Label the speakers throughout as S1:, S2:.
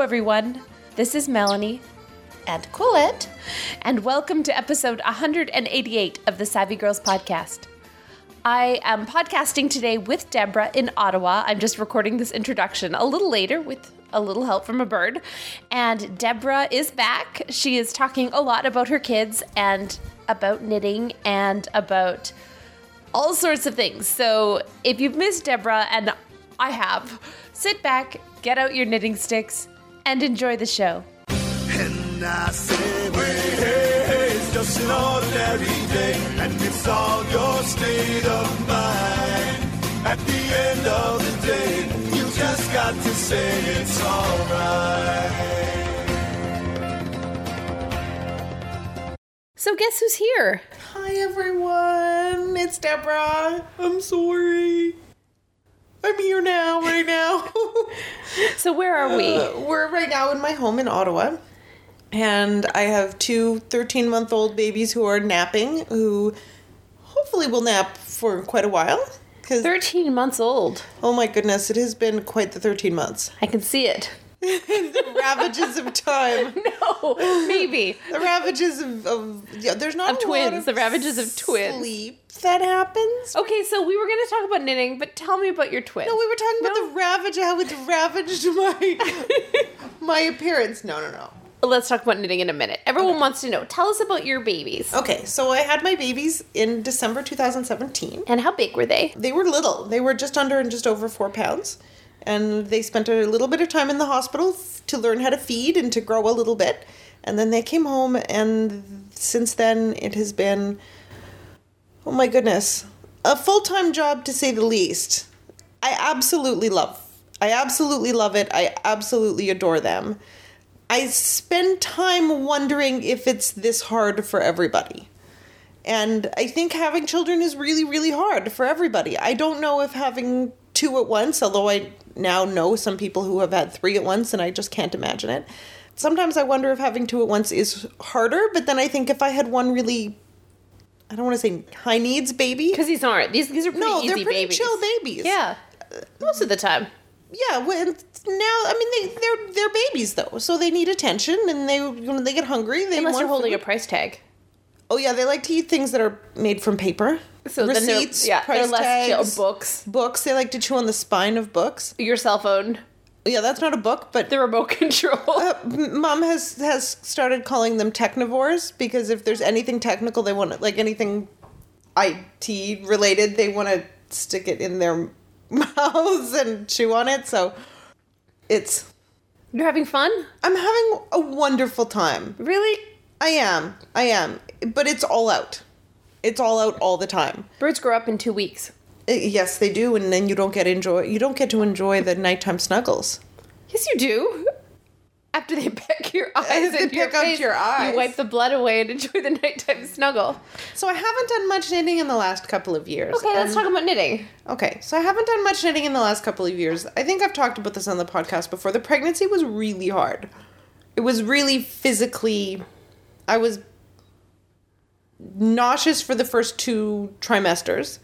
S1: everyone. This is Melanie and Quillette, and welcome to episode 188 of the Savvy Girls Podcast. I am podcasting today with Deborah in Ottawa. I'm just recording this introduction a little later with a little help from a bird. And Deborah is back. She is talking a lot about her kids and about knitting and about all sorts of things. So if you've missed Deborah, and I have, sit back, get out your knitting sticks, and enjoy the show.
S2: And I say, wait, hey, hey, it's just an ordinary day, and it's all your state of mind. At the end of the day, you just got to say it's alright.
S1: So guess who's here?
S3: Hi everyone, it's Deborah. I'm sorry. I'm here now, right now. Uh,
S1: So where are we?
S3: We're right now in my home in Ottawa, and I have two 13 month old babies who are napping, who hopefully will nap for quite a while. Because,
S1: 13 months old.
S3: oh my goodness, it has been quite the 13 months.
S1: I can see it.
S3: The ravages of time.
S1: No, maybe.
S3: The ravages of. of yeah, there's not
S1: Of
S3: a lot
S1: twins, the ravages of twins.
S3: Sleep that happens.
S1: Okay, so we were going to talk about knitting, but tell me about your twin.
S3: No, we were talking about the ravage, how it's ravaged my my appearance. No, no, no.
S1: Let's talk about knitting in a minute. Everyone wants to know. Tell us about your babies.
S3: Okay, so I had my babies in December 2017.
S1: And how big were they?
S3: They were little. They were just under and just over four pounds. And they spent a little bit of time in the hospital f- to learn how to feed and to grow a little bit. And then they came home, and since then it has been, oh my goodness, a full time job to say the least. I absolutely love. I absolutely love it. I absolutely adore them. I spend time wondering if it's this hard for everybody. And I think having children is really, really hard for everybody. I don't know if having two at once, although I now know some people who have had three at once and I just can't imagine it. Sometimes I wonder if having two at once is harder, but then I think if I had one really, I don't want to say high needs baby.
S1: Because these aren't. These, these are pretty
S3: No,
S1: easy
S3: they're pretty
S1: babies.
S3: chill babies.
S1: Yeah. Most of the time.
S3: yeah when now i mean they they're they're babies though so they need attention and they when they get hungry they
S1: Unless
S3: want
S1: you're holding
S3: food.
S1: a price tag.
S3: oh yeah they like to eat things that are made from paper
S1: So then they're-
S3: receipts
S1: yeah,
S3: price
S1: they're less chill.
S3: tags
S1: Books,
S3: books they like to chew on the spine of books
S1: your cell phone,
S3: yeah that's not a book but
S1: the remote control.
S3: M- mom has has started calling them technivores because if there's anything technical they want to like anything IT related they want to stick it in their mouths and chew on it so it's
S1: you're having fun?
S3: I'm having a wonderful time.
S1: Really?
S3: I am. I am. But it's all out. It's all out all the time.
S1: Birds grow up in two weeks.
S3: Uh, Yes, they do, and then you don't get enjoy. You don't get to enjoy the nighttime snuggles.
S1: Yes, you do. After they peck your eyes
S3: they
S1: and your
S3: peck out
S1: face,
S3: your eyes.
S1: you wipe the blood away and enjoy the nighttime snuggle.
S3: So I haven't done much knitting in the last couple of years.
S1: Okay, let's
S3: and-
S1: talk about knitting.
S3: Okay, so I haven't done much knitting in the last couple of years. I think I've talked about this on the podcast before. The pregnancy was really hard. It was really physically. I was nauseous for the first two trimesters,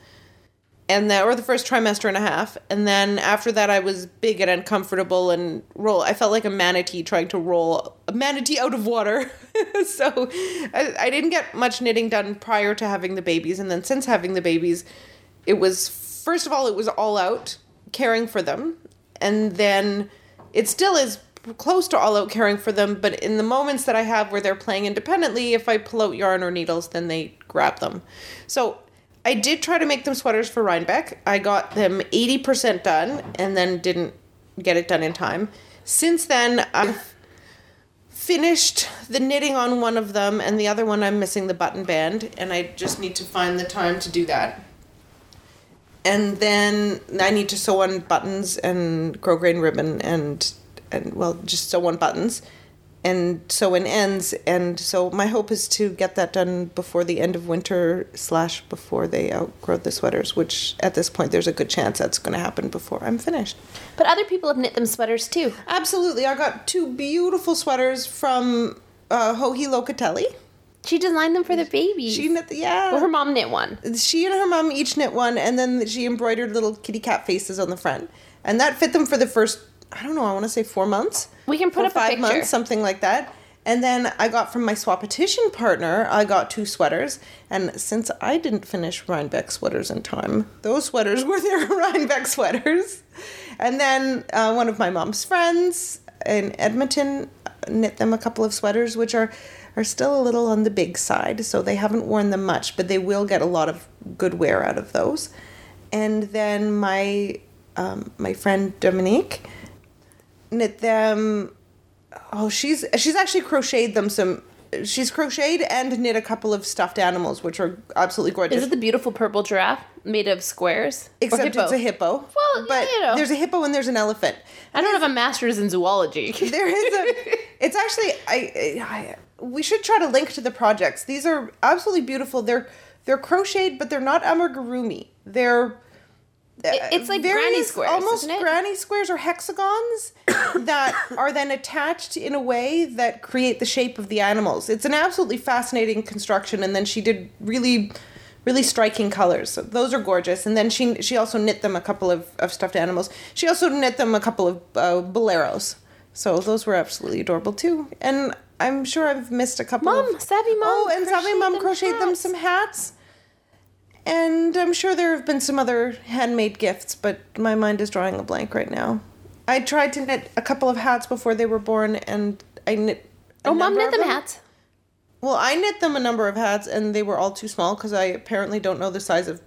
S3: and that or the first trimester and a half, and then after that I was big and uncomfortable and roll. I felt like a manatee trying to roll a manatee out of water. so I, I didn't get much knitting done prior to having the babies, and then since having the babies, it was first of all it was all out caring for them, and then it still is close to all out caring for them but in the moments that i have where they're playing independently if i pull out yarn or needles then they grab them so i did try to make them sweaters for rhinebeck i got them 80% done and then didn't get it done in time since then i've finished the knitting on one of them and the other one i'm missing the button band and i just need to find the time to do that and then I need to sew on buttons and grosgrain ribbon and and well just sew on buttons and sew in ends and so my hope is to get that done before the end of winter slash before they outgrow the sweaters which at this point there's a good chance that's going to happen before I'm finished.
S1: But other people have knit them sweaters too.
S3: Absolutely, I got two beautiful sweaters from uh, Hohi Locatelli.
S1: She designed them for the babies.
S3: She knit the yeah.
S1: well, her mom knit one.
S3: she and her mom each knit one, and then she embroidered little kitty cat faces on the front, and that fit them for the first I don't know, I want to say four months.
S1: We can put
S3: or
S1: up a
S3: five
S1: picture.
S3: months, something like that. And then I got from my swapetition partner, I got two sweaters. And since I didn't finish Rhinebeck sweaters in time, those sweaters were their Rhinebeck sweaters. And then uh, one of my mom's friends in Edmonton knit them a couple of sweaters, which are are still a little on the big side, so they haven't worn them much, but they will get a lot of good wear out of those. And then my um, my friend Dominique knit them oh she's she's actually crocheted them some she's crocheted and knit a couple of stuffed animals which are absolutely gorgeous
S1: Is it the beautiful purple giraffe made of squares? Or
S3: except
S1: hippo?
S3: it's a hippo
S1: Well,
S3: but
S1: you know.
S3: there's a hippo and there's an elephant
S1: I don't have a master's in zoology.
S3: there is a it's actually I, I we should try to link to the projects these are absolutely beautiful they're they're crocheted but they're not amigurumi they're
S1: It- it's like
S3: various-
S1: granny squares,
S3: almost
S1: isn't it?
S3: granny squares or hexagons that are then attached in a way that create the shape of the animals. It's an absolutely fascinating construction, and then she did really, really striking colors. So those are gorgeous, and then she she also knit them a couple of, of stuffed animals. She also knit them a couple of uh, boleros, so those were absolutely adorable too. And I'm sure I've missed a couple.
S1: Mom,
S3: of,
S1: savvy mom.
S3: Oh, and Savvy
S1: crocheted
S3: Mom
S1: them
S3: crocheted them
S1: hats.
S3: some hats. And I'm sure there have been some other handmade gifts, but my mind is drawing a blank right now. I tried to knit a couple of hats before they were born, and I knit. a
S1: Oh, mom
S3: number
S1: knit
S3: of
S1: them hats.
S3: Well, I knit them a number of hats, and they were all too small because I apparently don't know the size of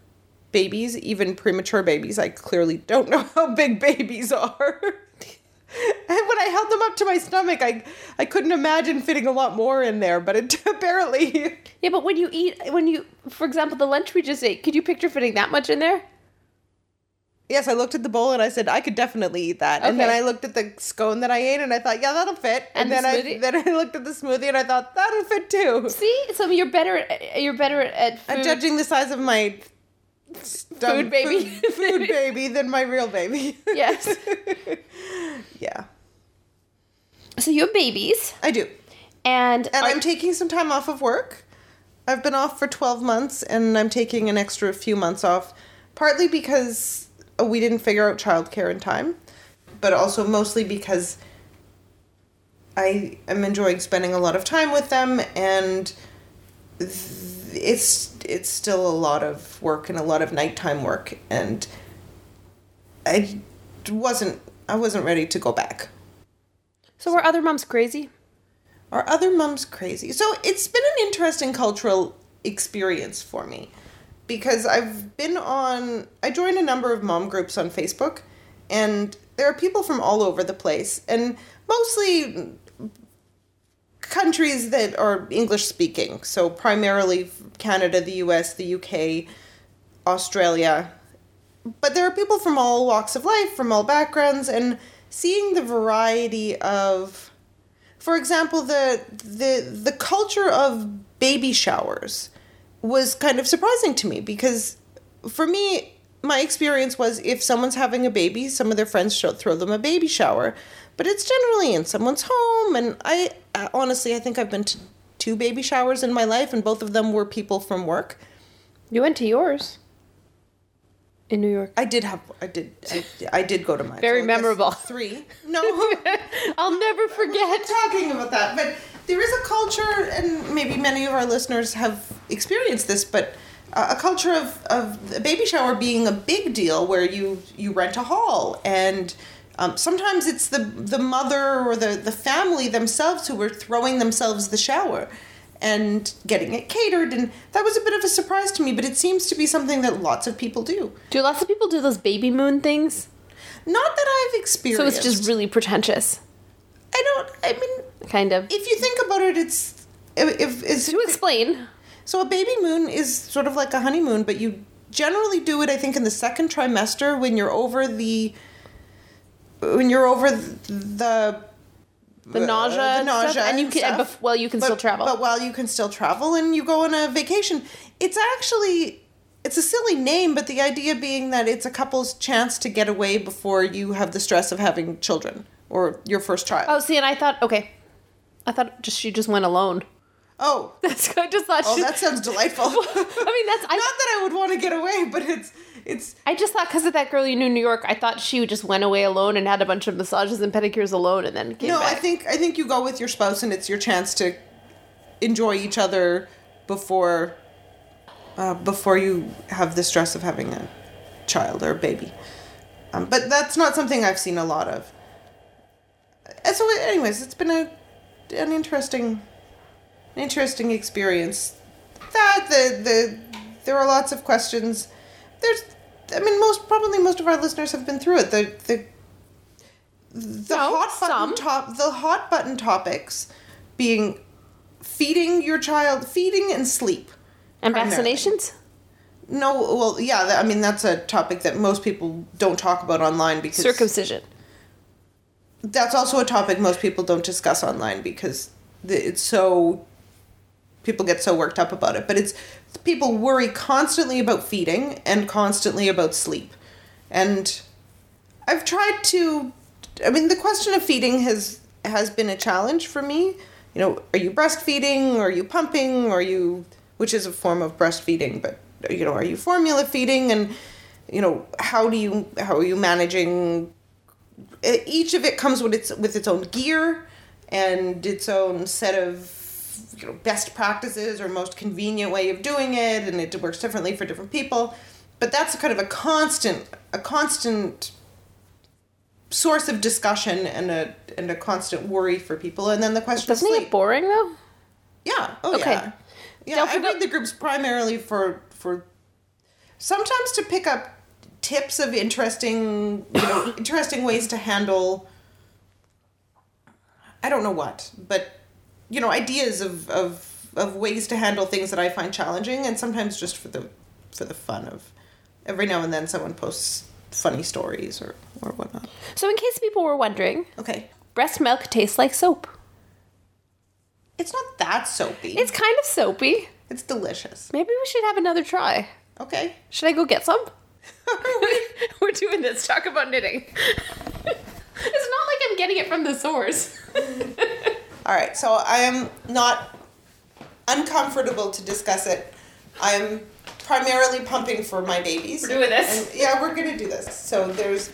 S3: babies, even premature babies. I clearly don't know how big babies are. and when I held them up to my stomach, I I couldn't imagine fitting a lot more in there, but it apparently.
S1: Yeah, but when you eat, when you, for example, the lunch we just ate, could you picture fitting that much in there?
S3: Yes, I looked at the bowl and I said I could definitely eat that. And then
S1: Okay.
S3: I looked at the scone that I ate and I thought, yeah, that'll fit.
S1: And
S3: then
S1: the
S3: I
S1: smoothie?
S3: then I looked at the smoothie and I thought that'll fit too.
S1: See, so you're better. At, you're better at food.
S3: I'm judging the size of my stum-
S1: Food baby.
S3: food, food baby than my real baby.
S1: Yes.
S3: yeah,
S1: so you have babies,
S3: I do.
S1: and,
S3: And
S1: are-
S3: I'm taking some time off of work. I've been off for 12 months and I'm taking an extra few months off, partly because uh, we didn't figure out childcare in time, but also mostly because I am enjoying spending a lot of time with them and th- it's it's still a lot of work and a lot of nighttime work and I wasn't I wasn't ready to go back.
S1: so are other moms crazy?
S3: Are other mums crazy? So it's been an interesting cultural experience for me because I've been on, I joined a number of mom groups on Facebook, and there are people from all over the place, and mostly countries that are English speaking. So primarily Canada, the US, the UK, Australia, but there are people from all walks of life, from all backgrounds, and seeing the variety of, for example, the the the culture of baby showers was kind of surprising to me because, for me, my experience was if someone's having a baby, some of their friends show, throw them a baby shower, but it's generally in someone's home, and I uh, honestly I think I've been to two baby showers in my life, and both of them were people from work.
S1: You went to yours in New York.
S3: I did have. I did. I, I did go to mine.
S1: Very
S3: I guess
S1: memorable.
S3: Three. No,
S1: I'll never
S3: we're
S1: forget.
S3: talking about that. But there is a culture, and maybe many of our listeners have experienced this, but uh, a culture of of a baby shower being a big deal, where you you rent a hall, and um, sometimes it's the the mother or the the family themselves who are throwing themselves the shower. And getting it catered, and that was a bit of a surprise to me, but it seems to be something that lots of people do.
S1: Do lots of people do those baby moon things?
S3: Not that I've
S1: So
S3: experienced.
S1: it's just really pretentious,
S3: I don't. I mean,
S1: kind of.
S3: if you think about it, it's if is
S1: to explain,
S3: so a baby moon is sort of like a honeymoon, but you generally do it. I think in the second trimester when you're over the when you're over the
S1: the
S3: uh,
S1: nausea,
S3: the
S1: and stuff,
S3: nausea
S1: and you
S3: and
S1: can. And
S3: stuff.
S1: bef- well, you can
S3: but,
S1: still travel.
S3: But while you can still travel and you go on a vacation, it's actually it's a silly name, but the idea being that it's a couple's chance to get away before you have the stress of having children or your first child.
S1: oh, see, and I thought, okay, I thought just she just went alone.
S3: Oh,
S1: That's I just thought.
S3: oh, that sounds delightful.
S1: I mean, that's I,
S3: Not that I would want to get away, but it's it's
S1: I just thought because of that girl you knew in New York, I thought she just went away alone and had a bunch of massages and pedicures alone, and then came
S3: no.
S1: back.
S3: I think I think you go with your spouse, and it's your chance to enjoy each other before uh, before you have the stress of having a child or a baby. Um, but that's not something I've seen a lot of. And so, anyways, it's been a an interesting an interesting experience. That the the there are lots of questions. There's, I mean, most probably most of our listeners have been through it. The the the
S1: No,
S3: hot
S1: some.
S3: button top the hot button topics being feeding your child, feeding and sleep.
S1: and
S3: primarily.
S1: vaccinations.
S3: No, well, yeah, that, I mean that's a topic that most people don't talk about online because
S1: Circumcision.
S3: that's also a topic most people don't discuss online because the- it's so people get so worked up about it but it's people worry constantly about feeding and constantly about sleep and i've tried to i mean the question of feeding has has been a challenge for me you know are you breastfeeding are you pumping are you which is a form of breastfeeding but you know are you formula feeding and you know how do you how are you managing e- each of it comes with its with its own gear and its own set of you know best practices or most convenient way of doing it and it works differently for different people but that's kind of a constant a constant source of discussion and a and a constant worry for people and then the question
S1: Doesn't
S3: of
S1: it
S3: sleep.
S1: get boring though?
S3: Yeah. Oh
S1: Okay.
S3: yeah. Yeah,
S1: Don't
S3: I
S1: forget-
S3: read the groups primarily for for sometimes to pick up tips of interesting, you know, interesting ways to handle I don't know what, but you know, ideas of of of ways to handle things that I find challenging and sometimes just for the for the fun of every now and then someone posts funny stories or or whatnot.
S1: So, in case people were wondering,
S3: Okay.
S1: breast milk tastes like soap.
S3: It's not that soapy.
S1: It's kind of soapy.
S3: it's delicious.
S1: Maybe we should have another try.
S3: Okay.
S1: Should I go get some? We're doing this. Talk about knitting. it's not like I'm getting it from the source.
S3: All right, so I am not uncomfortable to discuss it. I'm primarily pumping for my babies.
S1: We're doing this.
S3: And- yeah, we're gonna do this. So there's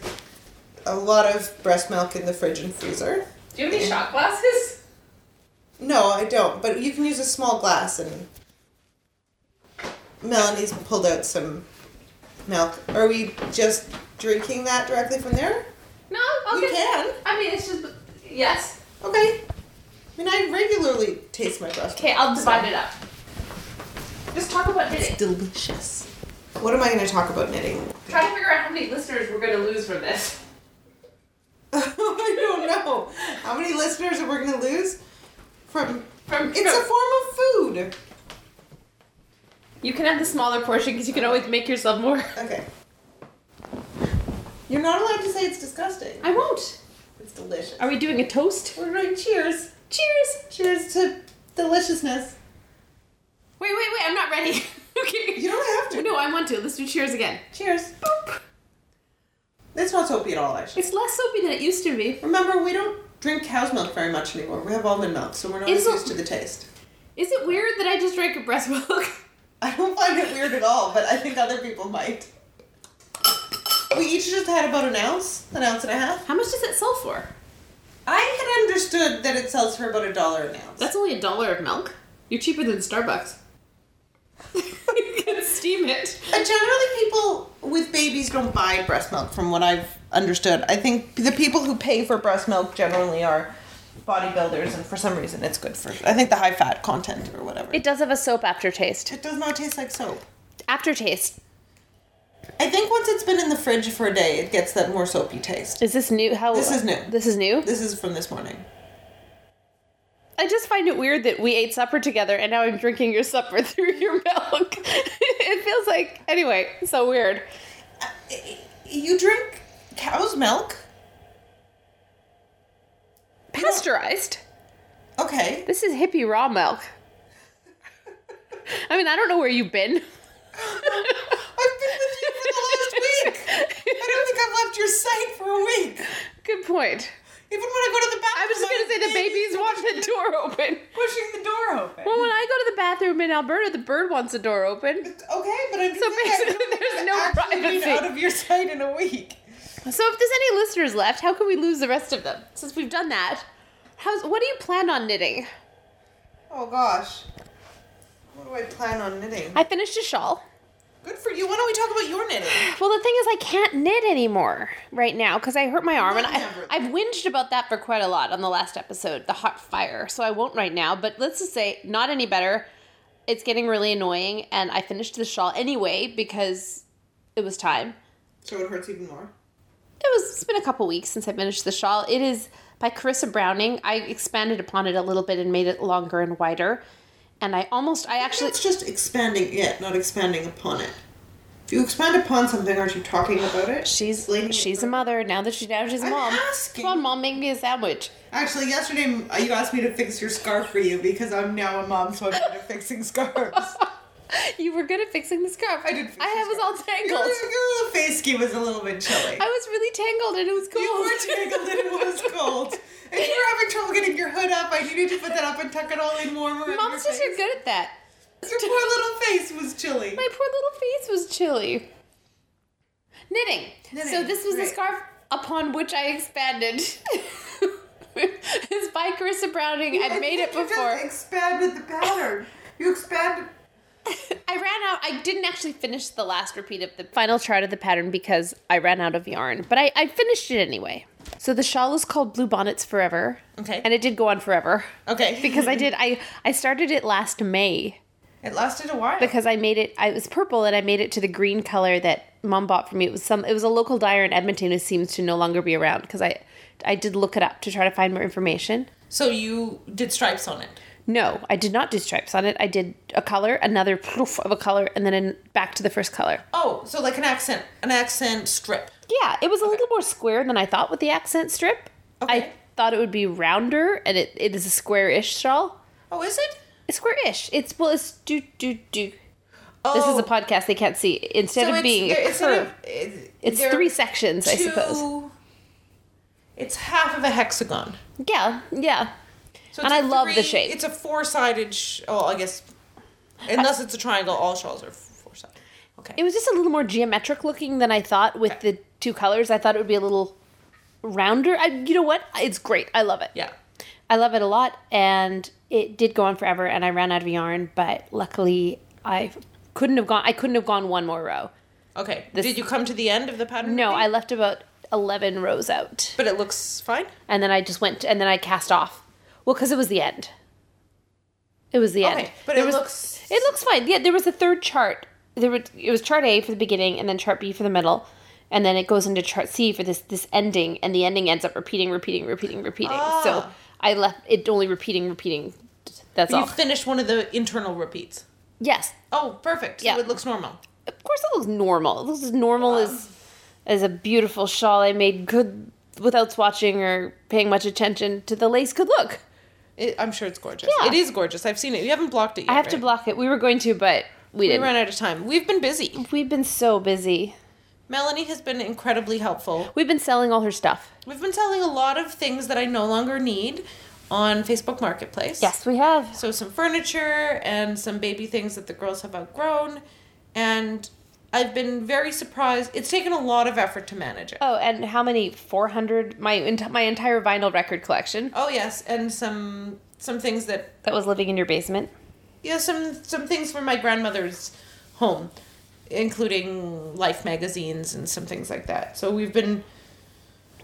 S3: a lot of breast milk in the fridge and freezer.
S1: Do you have any shot glasses?
S3: No, I don't. But you can use a small glass, and Melanie's pulled out some milk. Are we just drinking that directly from there?
S1: No,
S3: You get- can.
S1: I mean, it's just yes.
S3: Okay. I mean, I regularly taste my breast.
S1: Okay, I'll divide it up. Just talk about knitting.
S3: Delicious. What am I gonna talk about knitting?
S1: Try to figure out how many listeners we're gonna lose from this.
S3: I don't know. How many listeners are we going to lose from?
S1: From
S3: It's a form of food.
S1: you can have the smaller portion because you can always make yourself more.
S3: Okay. You're not allowed to say it's disgusting.
S1: I won't.
S3: It's delicious.
S1: Are we doing a toast?
S3: We're doing cheers.
S1: Cheers.
S3: Cheers to deliciousness.
S1: Wait, wait, wait! I'm not ready. okay.
S3: You don't have to.
S1: No, I want to. Let's do cheers again.
S3: Cheers.
S1: Boop.
S3: It's not soapy at all, actually.
S1: It's less soapy than it used to be.
S3: Remember, we don't drink cow's milk very much anymore. We have almond milk, so we're not
S1: It's
S3: as
S1: a-
S3: used to the taste.
S1: Is it weird that I just drank a breast milk?
S3: I don't find it weird at all, but I think other people might. We each just had about an ounce, an ounce and a half.
S1: How much does it sell for?
S3: I had understood that it sells for about a dollar an ounce.
S1: That's only a dollar of milk. You're cheaper than Starbucks. you can steam it.
S3: And generally, people with babies don't buy breast milk, from what I've understood. I think the people who pay for breast milk generally are bodybuilders, and for some reason, it's good for. I think the high fat content or whatever. It,
S1: It does have a soap aftertaste.
S3: does not taste like soap.
S1: Aftertaste.
S3: I think once it's been in the fridge for a day, it gets that more soapy taste.
S1: Is this new? How
S3: This is new.
S1: This is new.
S3: This is from this morning.
S1: I just find it weird that we ate supper together and now I'm drinking your supper through your milk. it feels like anyway, so weird.
S3: Uh, You drink cow's milk?
S1: Pasteurized.
S3: Okay.
S1: This is hippie raw milk. I mean, I don't know where you've been.
S3: I've been with you for the last week. I don't think I've left your site for a week.
S1: Good point.
S3: Even when I go to the bathroom,
S1: I was
S3: I'm
S1: going to say the babies want the door open.
S3: pushing the door open.
S1: Well, when I go to the bathroom in Alberta, the bird wants the door open.
S3: okay, but I'm just
S1: So
S3: saying, I
S1: basically
S3: don't
S1: there's
S3: think
S1: no
S3: I've actually been
S1: privacy.
S3: out of your sight in a week.
S1: So if there's any listeners left, how can we lose the rest of them? Since we've done that, how's what do you plan on knitting?
S3: Oh gosh, what do I plan on knitting?
S1: I finished a shawl.
S3: Good for you. Why don't we talk about your knitting?
S1: Well, the thing is, I can't knit anymore right now because I hurt my arm, and I,
S3: Never.
S1: I've whinged about that for quite a lot on the last episode, the hot fire. So I won't right now. But let's just say, not any better. It's getting really annoying, and I finished the shawl anyway because it was time.
S3: So it hurts even more.
S1: It was. It's been a couple weeks since I finished the shawl. It is by Carissa Browning. I expanded upon it a little bit and made it longer and wider. And I almost, I actually,
S3: It's just expanding it, not expanding upon it. If you expand upon something, aren't you talking about it?
S1: she's
S3: Laying it
S1: she's a
S3: for-
S1: mother now that she's now she's a
S3: I'm
S1: mom.
S3: asking.
S1: Come on, mom, make me a sandwich.
S3: Actually, yesterday m- uh, you asked me to fix your scarf for you because I'm now a mom, so I'm good at fixing scarves.
S1: You were good at fixing the scarf.
S3: I did. Fix
S1: I
S3: the
S1: was
S3: scarf.
S1: all tangled.
S3: Your, your little face ski was a little bit chilly.
S1: I was really tangled and it was cold.
S3: You were tangled and it was cold. And you were having trouble getting your hood up. I needed to put that up and tuck it all in warmer. in
S1: Moms
S3: your
S1: just are
S3: face.
S1: good at that.
S3: Your poor little face was chilly.
S1: My poor little face was chilly. Knitting.
S3: Knitting,
S1: So this was the
S3: right.
S1: scarf upon which I expanded. it's by Carissa Browning. I'd made it
S3: think you
S1: before.
S3: Just expanded the pattern. You expanded.
S1: I ran out. I didn't actually finish the last repeat of the final chart of the pattern because I ran out of yarn, but I, I finished it anyway. So the shawl is called Blue Bonnets Forever.
S3: Okay.
S1: And it did go on forever.
S3: Okay.
S1: Because I did. I I started it last May
S3: It lasted a while.
S1: because I made it. I it was purple and I made it to the green color that mom bought for me. It was some. It was a local dyer in Edmonton who seems to no longer be around because I I did look it up to try to find more information.
S3: so you did stripes on it.
S1: No, I did not do stripes on it. I did a color, another poof of a color, and then an, back to the first color.
S3: Oh, so like an accent, an accent strip.
S1: Yeah, it was a little more square than I thought with the accent strip. I
S3: Okay.
S1: thought it would be rounder, and it, it is a square-ish shawl.
S3: Oh, is it?
S1: It's square-ish. It's well, it's do do do.
S3: Oh,
S1: This is a podcast they can't see. Instead of being a curve, it's three sections, I suppose.
S3: It's half of a hexagon.
S1: Yeah, yeah.
S3: So
S1: And
S3: it's
S1: I
S3: a
S1: love the
S3: three-
S1: shape.
S3: It's a four-sided. Sh- oh, I guess unless it's a triangle, all shawls are four-sided. Okay.
S1: It was just a little more geometric looking than I thought with the two colors. I thought it would be a little rounder. I, you know what? It's great. I love it.
S3: yeah.
S1: I love it a lot, and it did go on forever, and I ran out of yarn. But luckily, I couldn't have gone. I couldn't have gone one more row.
S3: Okay. Did you come to the end of the pattern?
S1: No,
S3: repeat?
S1: I left about eleven rows out,
S3: But it looks fine.
S1: and then I just went, and then I cast off. Well, because it was the end. It was the end.
S3: Okay, but
S1: There
S3: it
S1: was-
S3: looks-
S1: It looks fine. Yeah, there was a third chart. There were, it was chart A for the beginning, and then chart B for the middle, and then it goes into chart C for this this ending, and the ending ends up repeating, repeating, repeating, repeating. So
S3: Ah.
S1: I left it only repeating, repeating. That's
S3: You
S1: all.
S3: finished one of the internal repeats.
S1: Yes,
S3: Oh, perfect. So
S1: Yeah.
S3: it looks normal.
S1: of course it looks normal. It looks as normal as as a beautiful shawl I made good without swatching or paying much attention to the lace could look.
S3: It, I'm sure it's gorgeous.
S1: Yeah.
S3: It is gorgeous. I've seen it. You haven't blocked it yet.
S1: I have to
S3: right?
S1: block it. We were going to, but we
S3: We
S1: didn't.
S3: ran out of time. We've been busy.
S1: We've been so busy.
S3: Melanie has been incredibly helpful.
S1: We've been selling all her stuff.
S3: We've been selling a lot of things that I no longer need on Facebook Marketplace.
S1: Yes, we have.
S3: So some furniture and some baby things that the girls have outgrown, and I've been very surprised. It's taken a lot of effort to manage it.
S1: Oh, and how many? Four hundred. My ent- my entire vinyl record collection
S3: Oh yes, and some some things that
S1: that was living in your basement.
S3: yeah some some things from my grandmother's home, including Life magazines and some things like that. So we've been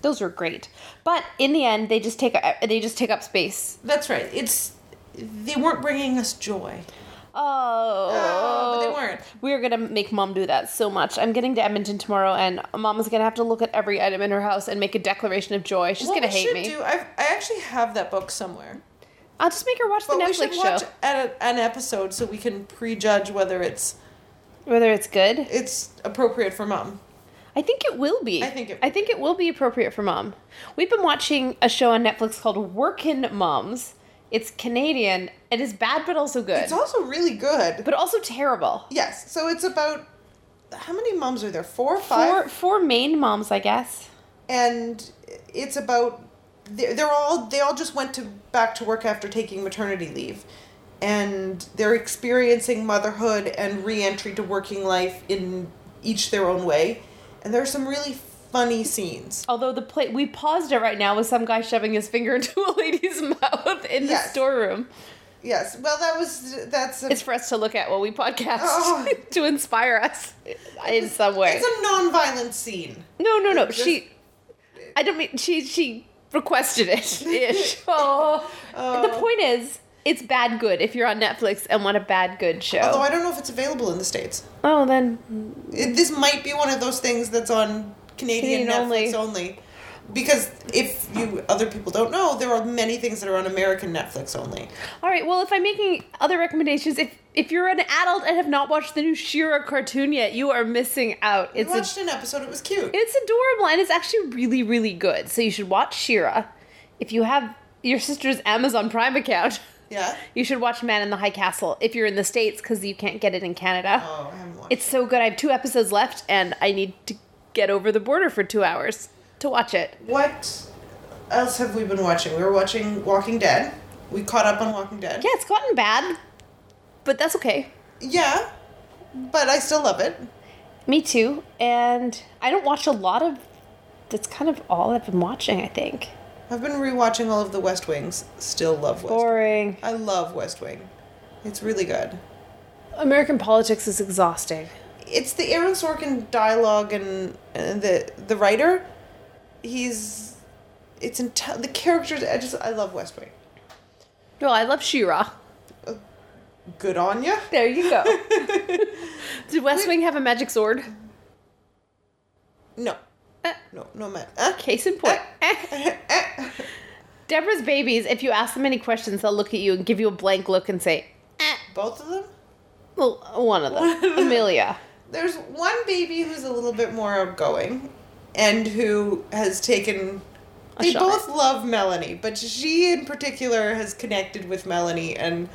S1: Those were great, but in the end, they just take they just take up space.
S3: That's right. It's they weren't bringing us joy.
S1: Oh,
S3: Oh, but they weren't.
S1: We're gonna make mom do that so much. I'm getting to Edmonton tomorrow, and mom is gonna have to look at every item in her house and make a declaration of joy. She's
S3: What
S1: gonna
S3: we
S1: hate
S3: should
S1: me.
S3: do, I've, I actually have that book somewhere.
S1: I'll just make her watch the
S3: But we
S1: Netflix
S3: should
S1: show,
S3: watch an, an episode so we can prejudge whether it's
S1: whether it's good.
S3: it's appropriate for mom.
S1: I think it will be.
S3: I think it-
S1: I think it will be appropriate for mom. We've been watching a show on Netflix called Workin' Moms. It's Canadian and it's bad but also good,
S3: It's also really good.
S1: but also terrible.
S3: Yes. So it's about how many moms are there? Four, five,
S1: Four four main moms, I guess.
S3: and it's about they're, they're all they all just went to back to work after taking maternity leave and they're experiencing motherhood and reentry to working life in each their own way and there's some really funny scenes
S1: Although the plate, we paused it right now with some guy shoving his finger into a lady's mouth in the
S3: Yes.
S1: storeroom.
S3: yes well that was that's a,
S1: It's for us to look at while we podcast
S3: Oh.
S1: to inspire us in some way.
S3: it's a non-violent scene
S1: no, no, no.
S3: it's just-
S1: she, I don't mean she. She requested it ish. oh. the point is, it's bad good if you're on Netflix and want a bad good show.
S3: although i don't know if it's available in the states
S1: oh, then
S3: it, this might be one of those things that's on Canadian
S1: Canadian
S3: Netflix
S1: only.
S3: only. Because if you other people don't know, there are many things that are on American Netflix only.
S1: All right. Well, if I'm making other recommendations, if if you're an adult and have not watched the new Shira cartoon yet, you are missing out.
S3: I
S1: It's a,
S3: watched an episode; it was cute.
S1: it's adorable and it's actually really really good. So you should watch Shira. If you have your sister's Amazon Prime account,
S3: yeah.
S1: you should watch Man in the High Castle if you're in the states because you can't get it in Canada.
S3: Oh, I haven't watched.
S1: It's so good. I have two episodes left, and I need to get over the border for two hours to watch it.
S3: what else have we been watching? We were watching Walking Dead. We caught up on Walking Dead.
S1: Yeah, it's gotten bad, but that's okay.
S3: Yeah, but I still love it.
S1: Me too. And I don't watch a lot of. That's kind of all I've been watching, I think.
S3: I've been rewatching all of the West Wings. Still love West. Wing.
S1: Boring.
S3: I love West Wing. It's really good.
S1: American politics is exhausting.
S3: it's the Aaron Sorkin dialogue and uh, the the writer. He's it's inte- the characters. I just I love West Wing.
S1: No, I love Shira.
S3: Good on ya.
S1: There you go. Did West Wing have a magic sword?
S3: No,
S1: Eh,
S3: no, no man. Uh,
S1: Case in point. Eh. Deborah's babies, if you ask them any questions, they'll look at you and give you a blank look and say, eh.
S3: both of them.
S1: Well, one of them. Amelia.
S3: There's one baby who's a little bit more outgoing, and who has taken.
S1: A
S3: they
S1: shot.
S3: both love Melanie, but she in particular has connected with Melanie and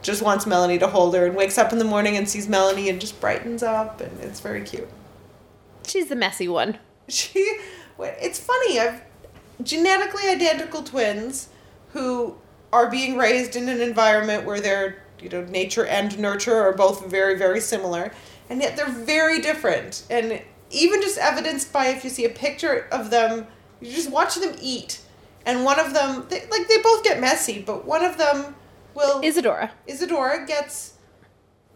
S3: just wants Melanie to hold her and wakes up in the morning and sees Melanie and just brightens up and it's very cute.
S1: She's the messy one.
S3: she well, it's funny i've genetically identical twins who are being raised in an environment where their you know nature and nurture are both very very similar and yet they're very different and even just evidenced by if you see a picture of them you just watch them eat and one of them they, like they both get messy but one of them will
S1: Isadora.
S3: Isadora gets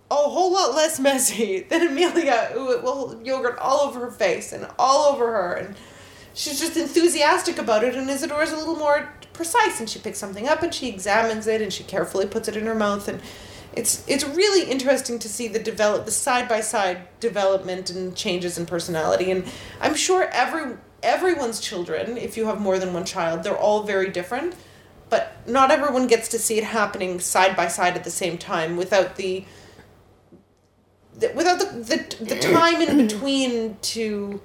S3: a whole lot less messy than Amelia, who it will yogurt all over her face and all over her, and she's just enthusiastic about it. And Isadora's a little more precise, and she picks something up and she examines it and she carefully puts it in her mouth, and it's it's really interesting to see the develop the side by side development and changes in personality. And I'm sure every everyone's children, if you have more than one child, they're all very different but not everyone gets to see it happening side by side at the same time without the, the without the, the the time in between to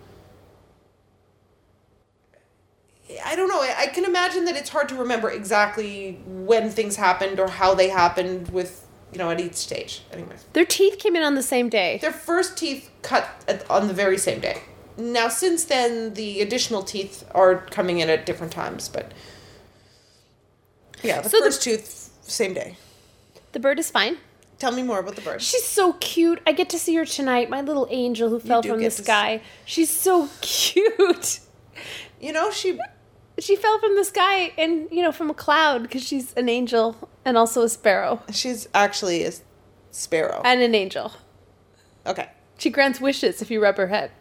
S3: I don't know. I, I can imagine that it's hard to remember exactly when things happened or how they happened with you know at each stage. Anyway,
S1: Their teeth came in on the same day.
S3: their first teeth cut at, on the very same day. Now since then the additional teeth are coming in at different times, but yeah, the
S1: So the-
S3: first tooth same day.
S1: The bird is fine.
S3: Tell me more about the bird.
S1: She's so cute. I get to see her tonight, my little angel who fell
S3: do
S1: from the
S3: get to see-
S1: sky. She's so cute.
S3: You know she
S1: She fell from the sky and, you know, from a cloud because she's an angel and also a sparrow
S3: she's actually a s- sparrow.
S1: and an angel.
S3: Okay,
S1: She grants wishes if you rub her head.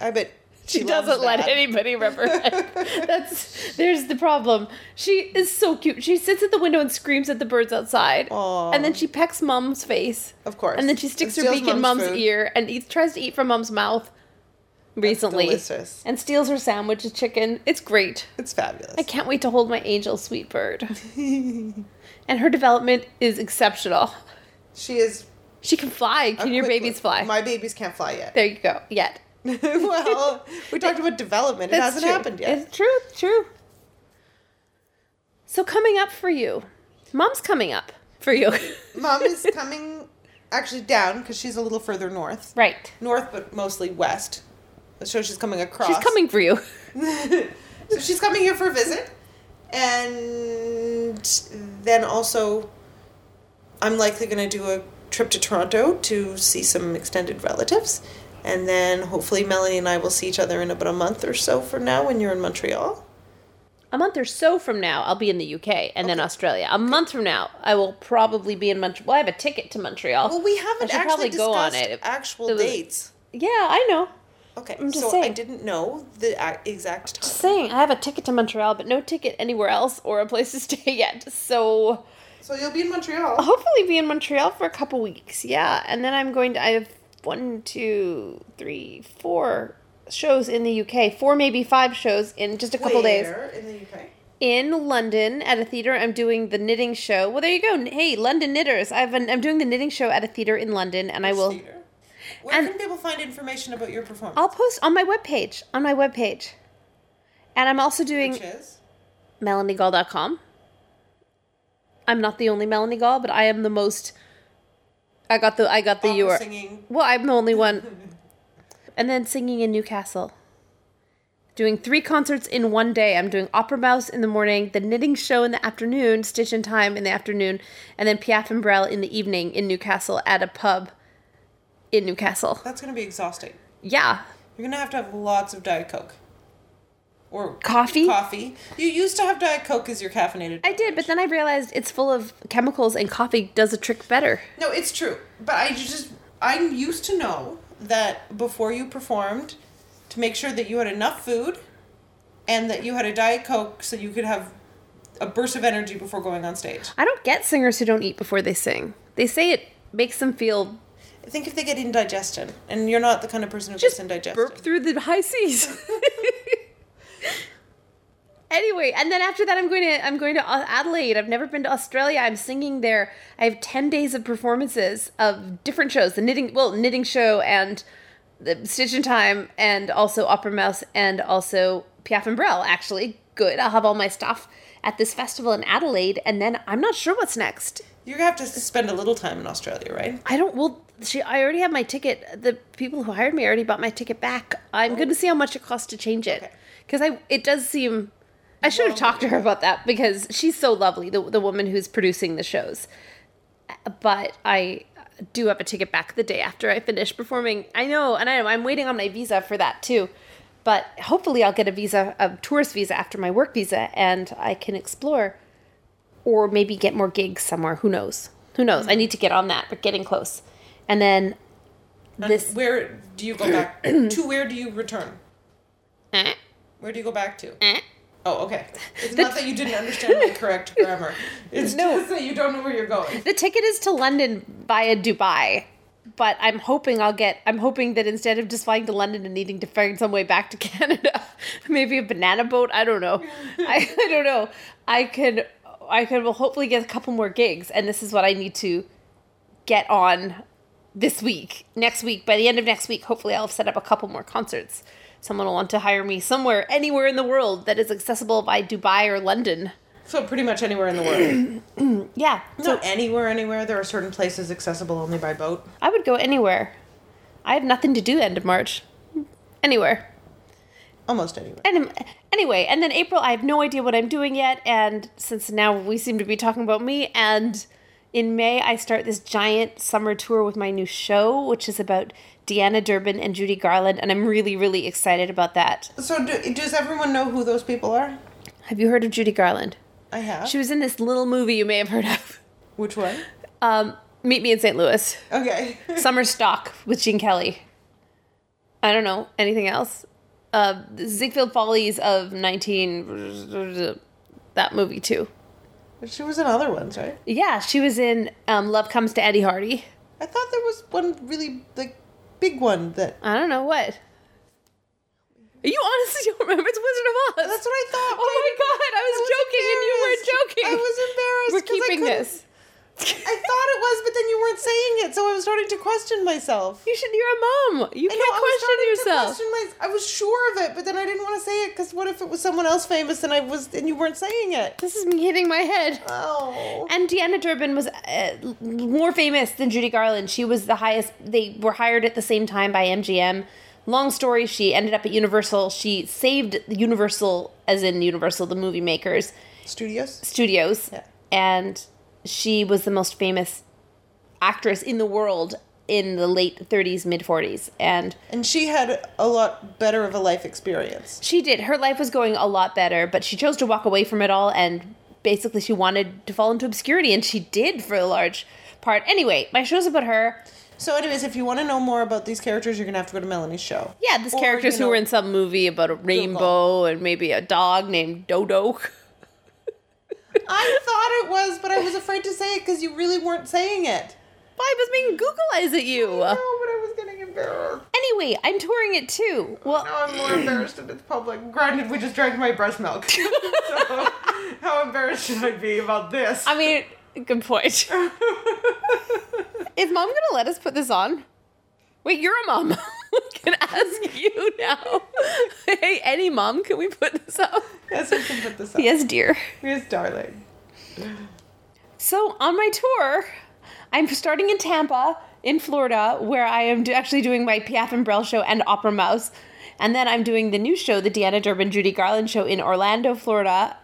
S3: I bet
S1: She,
S3: she, loves
S1: doesn't let
S3: that.
S1: anybody rub her head. That's there's the problem. She is so cute. She sits at the window and screams at the birds outside,
S3: Aw.
S1: and then she pecks mom's face,
S3: Of course.
S1: and then she sticks
S3: And
S1: her
S3: steals
S1: beak in
S3: mom's
S1: mom's
S3: food.
S1: ear and eats, tries to eat from mom's mouth. Recently,
S3: delicious.
S1: and steals her sandwich of chicken. It's great.
S3: It's fabulous.
S1: I can't wait to hold my angel, sweet bird. and her development is exceptional.
S3: She is.
S1: She can fly.
S3: a
S1: Can your
S3: quick
S1: babies
S3: look.
S1: fly?
S3: My babies can't fly yet.
S1: there you go. Yet.
S3: well, we talked about development. it hasn't happened yet.
S1: It's true, true. So coming up for you, mom's coming up for you,
S3: Mom is coming actually down because she's a little further north.
S1: right?
S3: North, but mostly west. So she's coming across.
S1: She's coming for you.
S3: so she's coming here for a visit. And then also, I'm likely going to do a trip to Toronto to see some extended relatives. And then hopefully, Melanie and I will see each other in about a month or so from now when you're in Montreal.
S1: A month or so from now, I'll be in the UK and then Australia. A month from now, I will probably be in Montreal. Well, I have a ticket to Montreal.
S3: Well, we haven't
S1: I should
S3: actually
S1: probably
S3: discussed
S1: go on it.
S3: actual
S1: it was-
S3: dates.
S1: Yeah, I know.
S3: Okay,
S1: I'm just
S3: so I
S1: saying.
S3: didn't know the ac- exact time.
S1: Just saying, I have a ticket to Montreal, but no ticket anywhere else or a place to stay yet. So
S3: So you'll be in Montreal.
S1: I'll hopefully be in Montreal for a couple weeks. Yeah, and then I'm going to. I have one, two, three, four shows in the UK. Four, maybe five shows in just a couple days.
S3: Where in the UK.
S1: in London at a theater. I'm doing the knitting show. Well, there you go. Hey, London knitters. I've been, I'm doing the knitting show at a theater in London, and I will.
S3: Theater. Where
S1: and-
S3: can people find information about your performance?
S1: I'll post on my webpage. On my webpage, and I'm also doing
S3: Which is?
S1: melaniegall.com. I'm not the only Melanie Gall, but I am the most. I got the I got the
S3: Opera
S1: URL.
S3: singing.
S1: Well, I'm the only one. and then singing in Newcastle. Doing three concerts in one day. I'm doing Opera Mouse in the morning, the knitting show in the afternoon, Stitch in Time in the afternoon, and then Piaf and Brel in the evening in Newcastle at a pub in Newcastle.
S3: That's going to be exhausting.
S1: Yeah.
S3: You're going to have to have lots of Diet Coke. Or
S1: Coffee?
S3: Coffee. You used to have Diet Coke as your caffeinated.
S1: I did, but then I realized it's full of chemicals and coffee does a trick better.
S3: No, it's true. But I just I'm used to know that before you performed to make sure that you had enough food and that you had a diet coke so you could have a burst of energy before going on stage.
S1: I don't get singers who don't eat before they sing. They say it makes them feel
S3: I think if they get indigestion and you're not the kind of person who
S1: just
S3: gets indigestion.
S1: burp through the high seas. anyway, and then after that, I'm going to I'm going to Au- Adelaide. I've never been to Australia. I'm singing there. I have ten days of performances of different shows: the knitting well knitting show and the Stitch in Time, and also Opera Mouse, and also Piaf and Brel. Actually, good. I'll have all my stuff at this festival in Adelaide, and then I'm not sure what's next.
S3: You're going to have to spend a little time in Australia, right?
S1: I don't. Well, she. I already have my ticket. The people who hired me already bought my ticket back. I'm going to see how much it costs to change it,
S3: Okay.
S1: because I. It does seem. I should have talked to her about that because she's so lovely, the the woman who's producing the shows. But I do have a ticket back the day after I finish performing. I know, and I know. I'm waiting on my visa for that too. But hopefully, I'll get a visa, a tourist visa after my work visa, and I can explore or maybe get more gigs somewhere. Who knows? Who knows? I need to get on that, but getting close. And then this.
S3: Uh, Where do you go back to where do you return?
S1: Eh,
S3: Where do you go back to?
S1: eh.
S3: Oh, okay. It's not that you didn't understand the correct grammar. It's just that you don't know where you're going.
S1: The ticket is to London via Dubai, but I'm hoping I'll get. I'm hoping that instead of just flying to London and needing to find some way back to Canada, maybe a banana boat. I don't know. I, I don't know. I could. I could will hopefully get a couple more gigs, and this is what I need to get on this week, next week, by the end of next week, hopefully I'll have set up a couple more concerts. Someone will want to hire me somewhere, anywhere in the world that is accessible by Dubai or London.
S3: So pretty much anywhere in the world.
S1: Yeah, so
S3: Not anywhere, anywhere. There are certain places accessible only by boat.
S1: I would go anywhere. I have nothing to do end of March. Anywhere.
S3: Almost anywhere.
S1: And anyway, and then April, I have no idea what I'm doing yet. And since now we seem to be talking about me, and in May, I start this giant summer tour with my new show, which is about Deanna Durbin and Judy Garland. And I'm really, really excited about that.
S3: So do, does everyone know who those people are?
S1: Have you heard of Judy Garland?
S3: I have.
S1: She was in this little movie you may have heard of
S3: Which one?
S1: um, Meet Me in St. Louis,
S3: Okay.
S1: Summer Stock with Gene Kelly. I don't know anything else. Uh, Ziegfeld Follies of 19. That movie, too.
S3: she was in other ones, right?
S1: Yeah, she was in um, Love Comes to Eddie Hardy.
S3: I thought there was one really like big one that.
S1: I don't know what. You honestly don't remember? It's Wizard of Oz.
S3: That's what I thought. but
S1: Oh my god, I was, joking and you were joking.
S3: I was
S1: We're
S3: embarrassed. 'cause I
S1: keeping
S3: couldn't-
S1: this.
S3: I thought it was, but then you weren't saying it, so I was starting to question myself.
S1: You should. You're a mom. You
S3: I
S1: can't
S3: know, I was
S1: question
S3: starting to
S1: yourself.
S3: question my- I was sure of it, but then I didn't want to say it because what if it was someone else famous and I was and you weren't saying it?
S1: This is me hitting my head.
S3: Oh.
S1: And Deanna Durbin was uh, more famous than Judy Garland. She was the highest. They were hired at the same time by MGM. Long story, she ended up at Universal. She saved Universal, as in Universal, the movie makers,
S3: Studios?
S1: Studios,
S3: Yeah.
S1: and she was the most famous actress in the world in the late 30s, mid 40s, and
S3: And she had a lot better of a life experience.
S1: She did. Her life was going a lot better, but she chose to walk away from it all and basically she wanted to fall into obscurity and she did for a large part. Anyway, my show's about her.
S3: So, anyways, if you want to know more about these characters, you're going to have to go to Melanie's show.
S1: Yeah, these
S3: Or,
S1: characters
S3: you
S1: who were
S3: know-
S1: in some movie about a rainbow and maybe a dog named Dodo.
S3: I thought it was, but I was afraid to say it because you really weren't saying it.
S1: I was making Google eyes at you.
S3: No, but I was getting embarrassed.
S1: Anyway, I'm touring it too. Well,
S3: Now I'm more embarrassed that it's public. Granted, we just drank my breast milk. so, how embarrassed should I be about this?
S1: I mean, good point. Is mom gonna let us put this on? Wait, you're a mom. I can ask you now. hey, any mom, can we put this up?
S3: yes, we can put this up.
S1: Yes, dear.
S3: Yes, darling.
S1: So on my tour, I'm starting in Tampa, in Florida, where I am do- actually doing my Piaf and Brel show and Opera Mouse, and then I'm doing the new show, the Deanna Durbin Judy Garland show, in Orlando, Florida,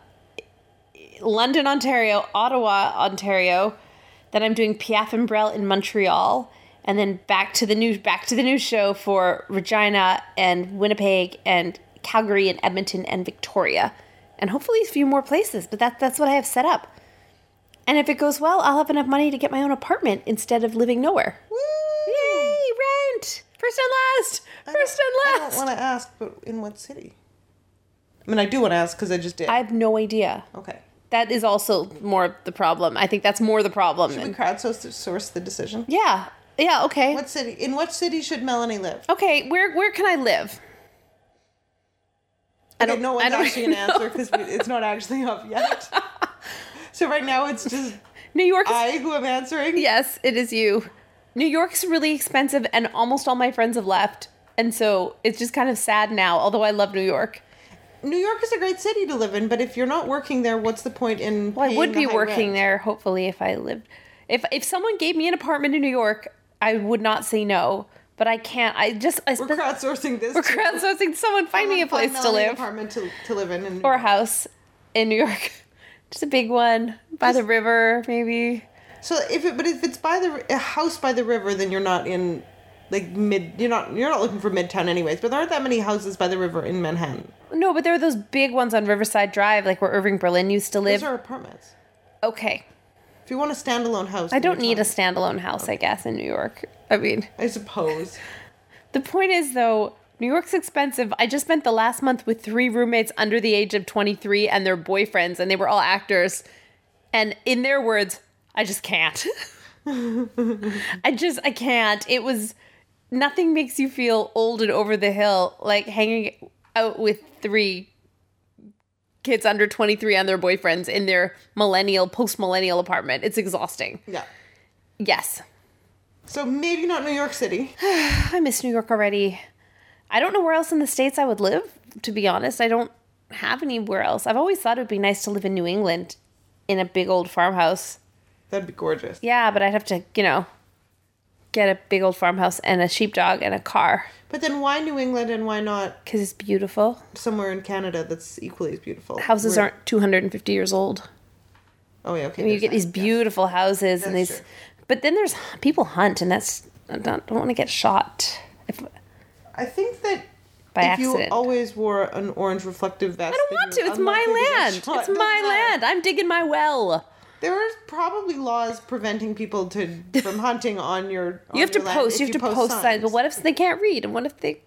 S1: London, Ontario, Ottawa, Ontario. Then I'm doing Piaf and Brel in Montreal, and then back to the new back to the new show for Regina and Winnipeg and Calgary and Edmonton and Victoria, and hopefully a few more places. But that that's what I have set up. And if it goes well, I'll have enough money to get my own apartment instead of living nowhere. Yay, rent! First and last! First
S3: I
S1: and
S3: don't
S1: last!
S3: want to ask, but in what city? I mean, I do want to ask because I just did.
S1: I have no idea.
S3: okay.
S1: That is also more the problem. I think that's more the problem.
S3: Should we
S1: than-
S3: crowdsource source the decision?
S1: yeah. Yeah, okay.
S3: What city? In what city should Melanie live?
S1: Okay, where where can I live? I
S3: Okay,
S1: don't-
S3: no
S1: I
S3: one's
S1: don't
S3: actually an
S1: know.
S3: answer because it's not actually up yet. so right now it's just
S1: New York is
S3: I who am answering.
S1: Yes, it is you. New York's really expensive and almost all my friends have left. And so it's just kind of sad now, although I love New York.
S3: New York is a great city to live in, but if you're not working there, what's the point in?
S1: Well, I
S3: paying
S1: would
S3: the
S1: be
S3: high
S1: working
S3: rent?
S1: there, hopefully, if I lived. If if someone gave me an apartment in New York, I would not say no. But I can't. I just I
S3: We're
S1: spent-
S3: crowdsourcing this.
S1: we're
S3: to-
S1: crowdsourcing someone find me a
S3: Find
S1: place to
S3: Melanie an
S1: live
S3: Apartment to, to live in. in New
S1: or a
S3: York.
S1: house in New York, just a big one by the river, maybe.
S3: So if it, but if it's by the a house by the river, then you're not in like mid. You're not you're not looking for midtown anyways. But there aren't that many houses by the river in Manhattan.
S1: No, but there are those big ones on Riverside Drive, like where Irving Berlin used to live.
S3: Those are apartments.
S1: okay,
S3: If you want a standalone house,
S1: I don't need a standalone house, I guess, in New York. I mean.
S3: I suppose.
S1: The point is, though, New York's expensive. I just spent the last month with three roommates under the age of 23 and their boyfriends, and they were all actors. And in their words, I just can't. I just, I can't. It was, nothing makes you feel old and over the hill like hanging out with three kids under 23 and their boyfriends in their millennial, post millennial apartment. It's exhausting.
S3: Yeah.
S1: Yes.
S3: So maybe not New York City.
S1: I miss New York already. I don't know where else in the States I would live, to be honest. I don't have anywhere else. I've always thought it would be nice to live in New England in a big old farmhouse.
S3: That'd be gorgeous.
S1: Yeah, but I'd have to, you know, get a big old farmhouse and a sheepdog and a car
S3: But then why New England and why not
S1: because it's beautiful.
S3: somewhere in Canada that's equally as beautiful?
S1: Houses
S3: Where-
S1: aren't 250 years old.
S3: Oh yeah. Okay.
S1: I mean, you
S3: there's
S1: get
S3: that,
S1: these
S3: yeah.
S1: beautiful houses and
S3: That's
S1: these,
S3: true.
S1: but then there's people hunt, and that's, I don't, don't want to get shot. If,
S3: I think that
S1: By
S3: if you
S1: accident.
S3: always wore an orange reflective vest,
S1: I don't want to. It's my land. It's my land. I'm digging my well.
S3: There are probably laws preventing people to from hunting on your. on
S1: You have to
S3: your land
S1: post.
S3: if
S1: You have to post signs. But what if they can't read? And what if they?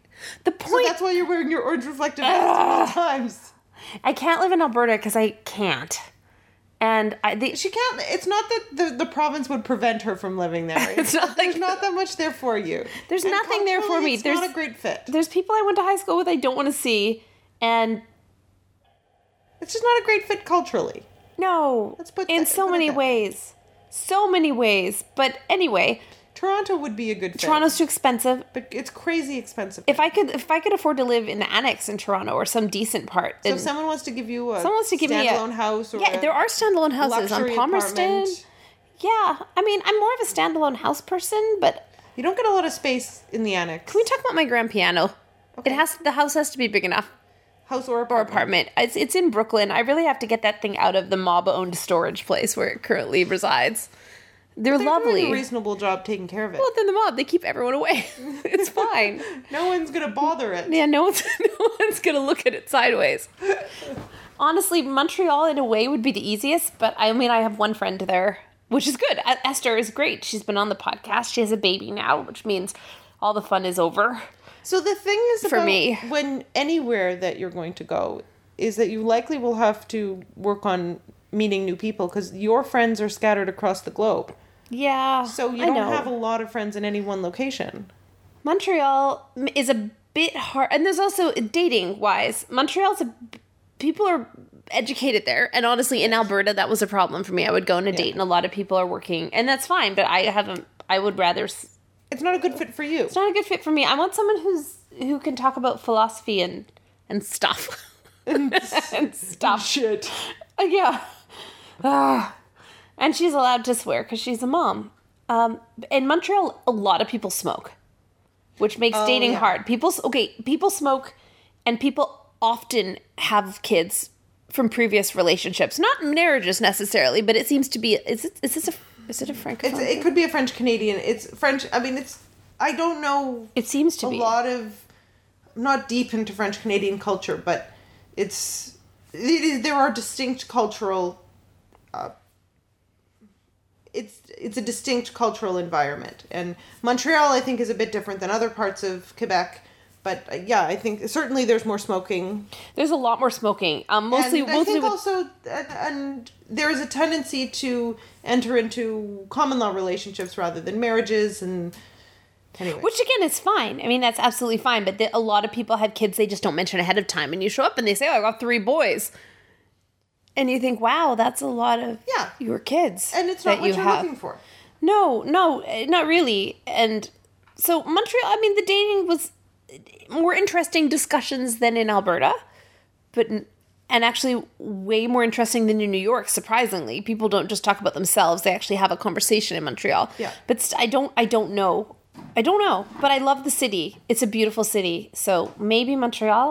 S1: The
S3: So
S1: point.
S3: that's why you're wearing your orange reflective vest at all times.
S1: I can't live in Alberta because I can't. And I, they,
S3: She can't. It's not that the, the province would prevent her from living there.
S1: It's not
S3: there's
S1: like-
S3: not that much there for you.
S1: There's nothing there for
S3: culturally,
S1: me.
S3: It's
S1: There's-
S3: not a great fit.
S1: there's people I went to high school with I don't want to see. And
S3: It's just not a great fit culturally.
S1: no,
S3: Let's put
S1: in
S3: that-
S1: so
S3: put it
S1: many
S3: that way.
S1: ways, so many ways. But anyway,
S3: Toronto would be a good fit.
S1: Toronto's too expensive.
S3: but it's crazy expensive.
S1: If I could, if I could afford to live in the annex in Toronto or some decent part,
S3: So
S1: then
S3: if someone wants to give you a
S1: someone wants to give me a
S3: standalone house or
S1: yeah,
S3: a
S1: there are standalone houses on
S3: luxury
S1: Palmerston.
S3: apartment,
S1: Yeah, I mean, I'm more of a standalone house person, but
S3: you don't get a lot of space in the annex.
S1: Can we talk about my grand piano? It has the house has to be big enough.
S3: house or
S1: or
S3: apartment.
S1: apartment. It's, it's in Brooklyn. I really have to get that thing out of the mob owned storage place where it currently resides. They're,
S3: They're
S1: lovely.
S3: doing a reasonable job taking care of it.
S1: Well, then the mob, they keep everyone away. it's fine.
S3: no one's gonna bother it.
S1: Yeah, no one's no one's gonna look at it sideways. Honestly, Montreal in a way would be the easiest, but I mean, I have one friend there, which is good. E- Esther is great. She's been on the podcast. She has a baby now, which means all the fun is over.
S3: So the thing is
S1: For
S3: about
S1: me.
S3: when anywhere that you're going to go is that you likely will have to work on meeting new people because your friends are scattered across the globe.
S1: Yeah.
S3: So you
S1: I
S3: don't
S1: know.
S3: have a lot of friends in any one location.
S1: Montreal m- is a bit hard, and there's also dating wise. Montreal's a b- people are educated there, and honestly, in Alberta, that was a problem for me. I would go on a date, and a lot of people are working, and that's fine. But I haven't. I would rather. s-
S3: It's not a good fit for you.
S1: It's not a good fit for me. I want someone who's who can talk about philosophy and and stuff and stuff.
S3: Shit.
S1: Uh, yeah. Ah. And she's allowed to swear because she's a mom. Um, in Montreal, a lot of people smoke, which makes dating
S3: Oh, yeah.
S1: hard. People, s- okay, people smoke, and people often have kids from previous relationships, not marriages necessarily, but it seems to be. Is it? Is this a? Is it a francophone?
S3: It's, it could be a French Canadian. It's French. I mean, it's. I don't know
S1: it seems to
S3: a
S1: be.
S3: lot of. I'm not deep into French Canadian culture, but it's. It is, there are distinct cultural. Uh, it's it's a distinct cultural environment, and Montreal I think is a bit different than other parts of Quebec, but uh, yeah, I think certainly there's more smoking
S1: There's a lot more smoking. Um, mostly,
S3: and I
S1: mostly
S3: think
S1: with
S3: also, and, and there is a tendency to enter into common law relationships rather than marriages, and anyway,
S1: Which again is fine. I mean, that's absolutely fine. But the, a lot of people have kids they just don't mention ahead of time, and you show up and they say, "Oh, I got three boys," and you think, "Wow, that's a lot of
S3: Yeah.
S1: your kids."
S3: and it's not what you're looking for.
S1: No, no, eh, not really. And so Montreal. I mean, the dating was eh, more interesting discussions than in Alberta, but n- and actually way more interesting than in New York. Surprisingly, people don't just talk about themselves; they actually have a conversation in Montreal.
S3: Yeah.
S1: But st- I don't. I don't know. I don't know. But I love the city. It's a beautiful city. So maybe Montreal.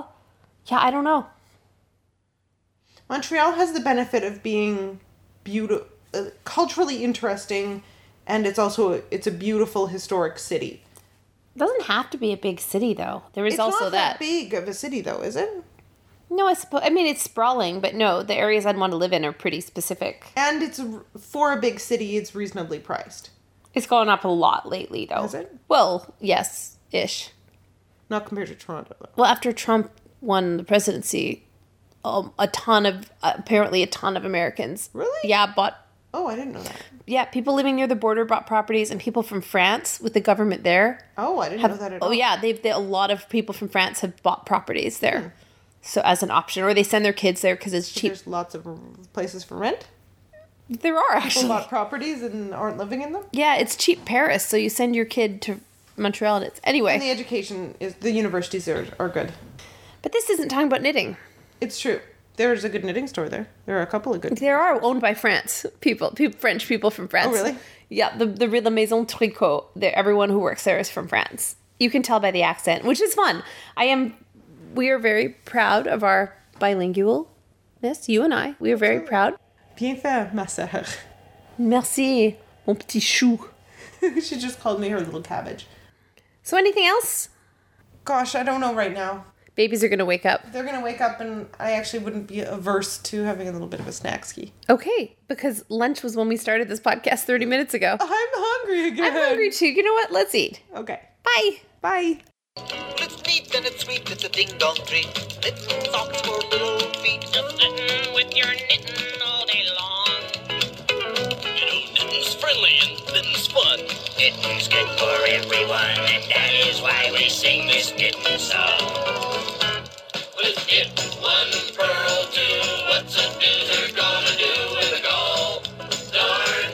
S1: Yeah, I don't know.
S3: Montreal has the benefit of being beautiful, uh, culturally interesting, and it's also it's a beautiful historic city.
S1: It doesn't have to be a big city though. There is
S3: It's
S1: also
S3: not that big of a city, though, is it?
S1: No, I suppose. I mean, it's sprawling, but no, the areas I'd want to live in are pretty specific.
S3: And it's r- for a big city, it's reasonably priced.
S1: It's gone up a lot lately, though.
S3: Has it?
S1: Well, yes, ish.
S3: Not compared to Toronto, though.
S1: Well, after Trump won the presidency, um, a ton of apparently a ton of Americans.
S3: Really?
S1: Yeah, bought.
S3: Oh, I didn't know that.
S1: Yeah, people living near the border bought properties, and people from France with the government there
S3: Oh, I didn't know that at all.
S1: Oh yeah, they've they, a lot of people from France have bought properties there. So as an option, or they send their kids there because it's cheap.
S3: Hmm. There's lots of r- places for rent.
S1: There are actually.
S3: bought properties and aren't living in them.
S1: Yeah, it's cheap Paris, so you send your kid to Montreal and it's
S3: And the
S1: anyway.
S3: education is the universities are, are good.
S1: But this isn't talking about knitting.
S3: It's true. There's a good knitting store there. There are a couple of good.
S1: They are owned by France people, peop French people from France.
S3: Oh, really?
S1: Yeah, the the Rue de la Maison Tricot. The, everyone who works there is from France. You can tell by the accent, which is fun. I am. We are very proud of our bilingualness. You and I, we are very proud.
S3: Bien fait, ma sœur.
S1: Merci, mon petit chou.
S3: she just called me her little cabbage.
S1: So, anything else?
S3: Gosh, I don't know right now.
S1: Babies are gonna wake up.
S3: They're gonna wake up, and I actually wouldn't be averse to having a little bit of a snack ski.
S1: Okay, because lunch was when we started this podcast 30 minutes ago.
S3: I'm hungry again.
S1: I'm hungry too. You know what? Let's eat.
S3: Okay.
S1: Bye.
S3: Bye.
S4: It's neat and it's sweet, it's a ding dong treat. Little socks for little feet.
S5: Just sitting with your knitting all day long.
S4: You know, knitting's friendly and knitting's fun. Knitting's good for everyone, and that is why we sing this knitting song. Well, it's knit one pearl, two. What's a knitter gonna do with a gall? Darn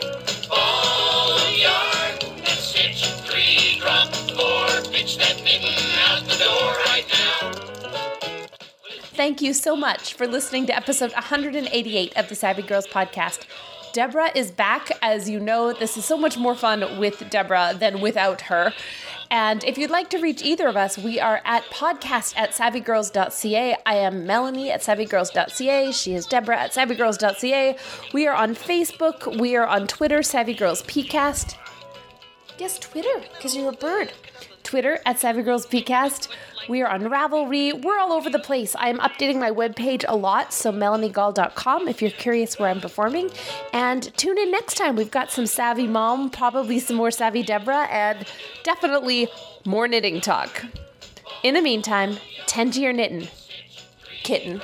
S4: ball of yarn and stitch three, drop four. Pitch that knitting out the door right now.
S1: Thank you so much for listening to episode 188 of the Savvy Girls Podcast. Deborah is back. As you know, this is so much more fun with Deborah than without her. And if you'd like to reach either of us, we are at podcast at savvygirls.ca. I am Melanie at savvygirls.ca. She is Deborah at savvygirls.ca. We are on Facebook. We are on Twitter, Savvy Girls PCast. Yes, Twitter, because you're a bird. Twitter at Savvy Girls Pcast. We are on Ravelry. We're all over the place. I am updating my webpage a lot, so melaniegall.com if you're curious where I'm performing. And tune in next time. We've got some Savvy Mom, probably some more Savvy Deborah, and definitely more knitting talk. In the meantime, tend to your knitting, kitten.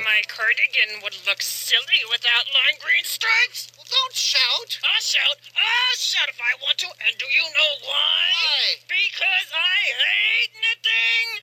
S6: My cardigan would look silly without lime green stripes. Well, don't shout. I'll shout. I'll shout if I want to. And do you know why? Why? Because I hate knitting.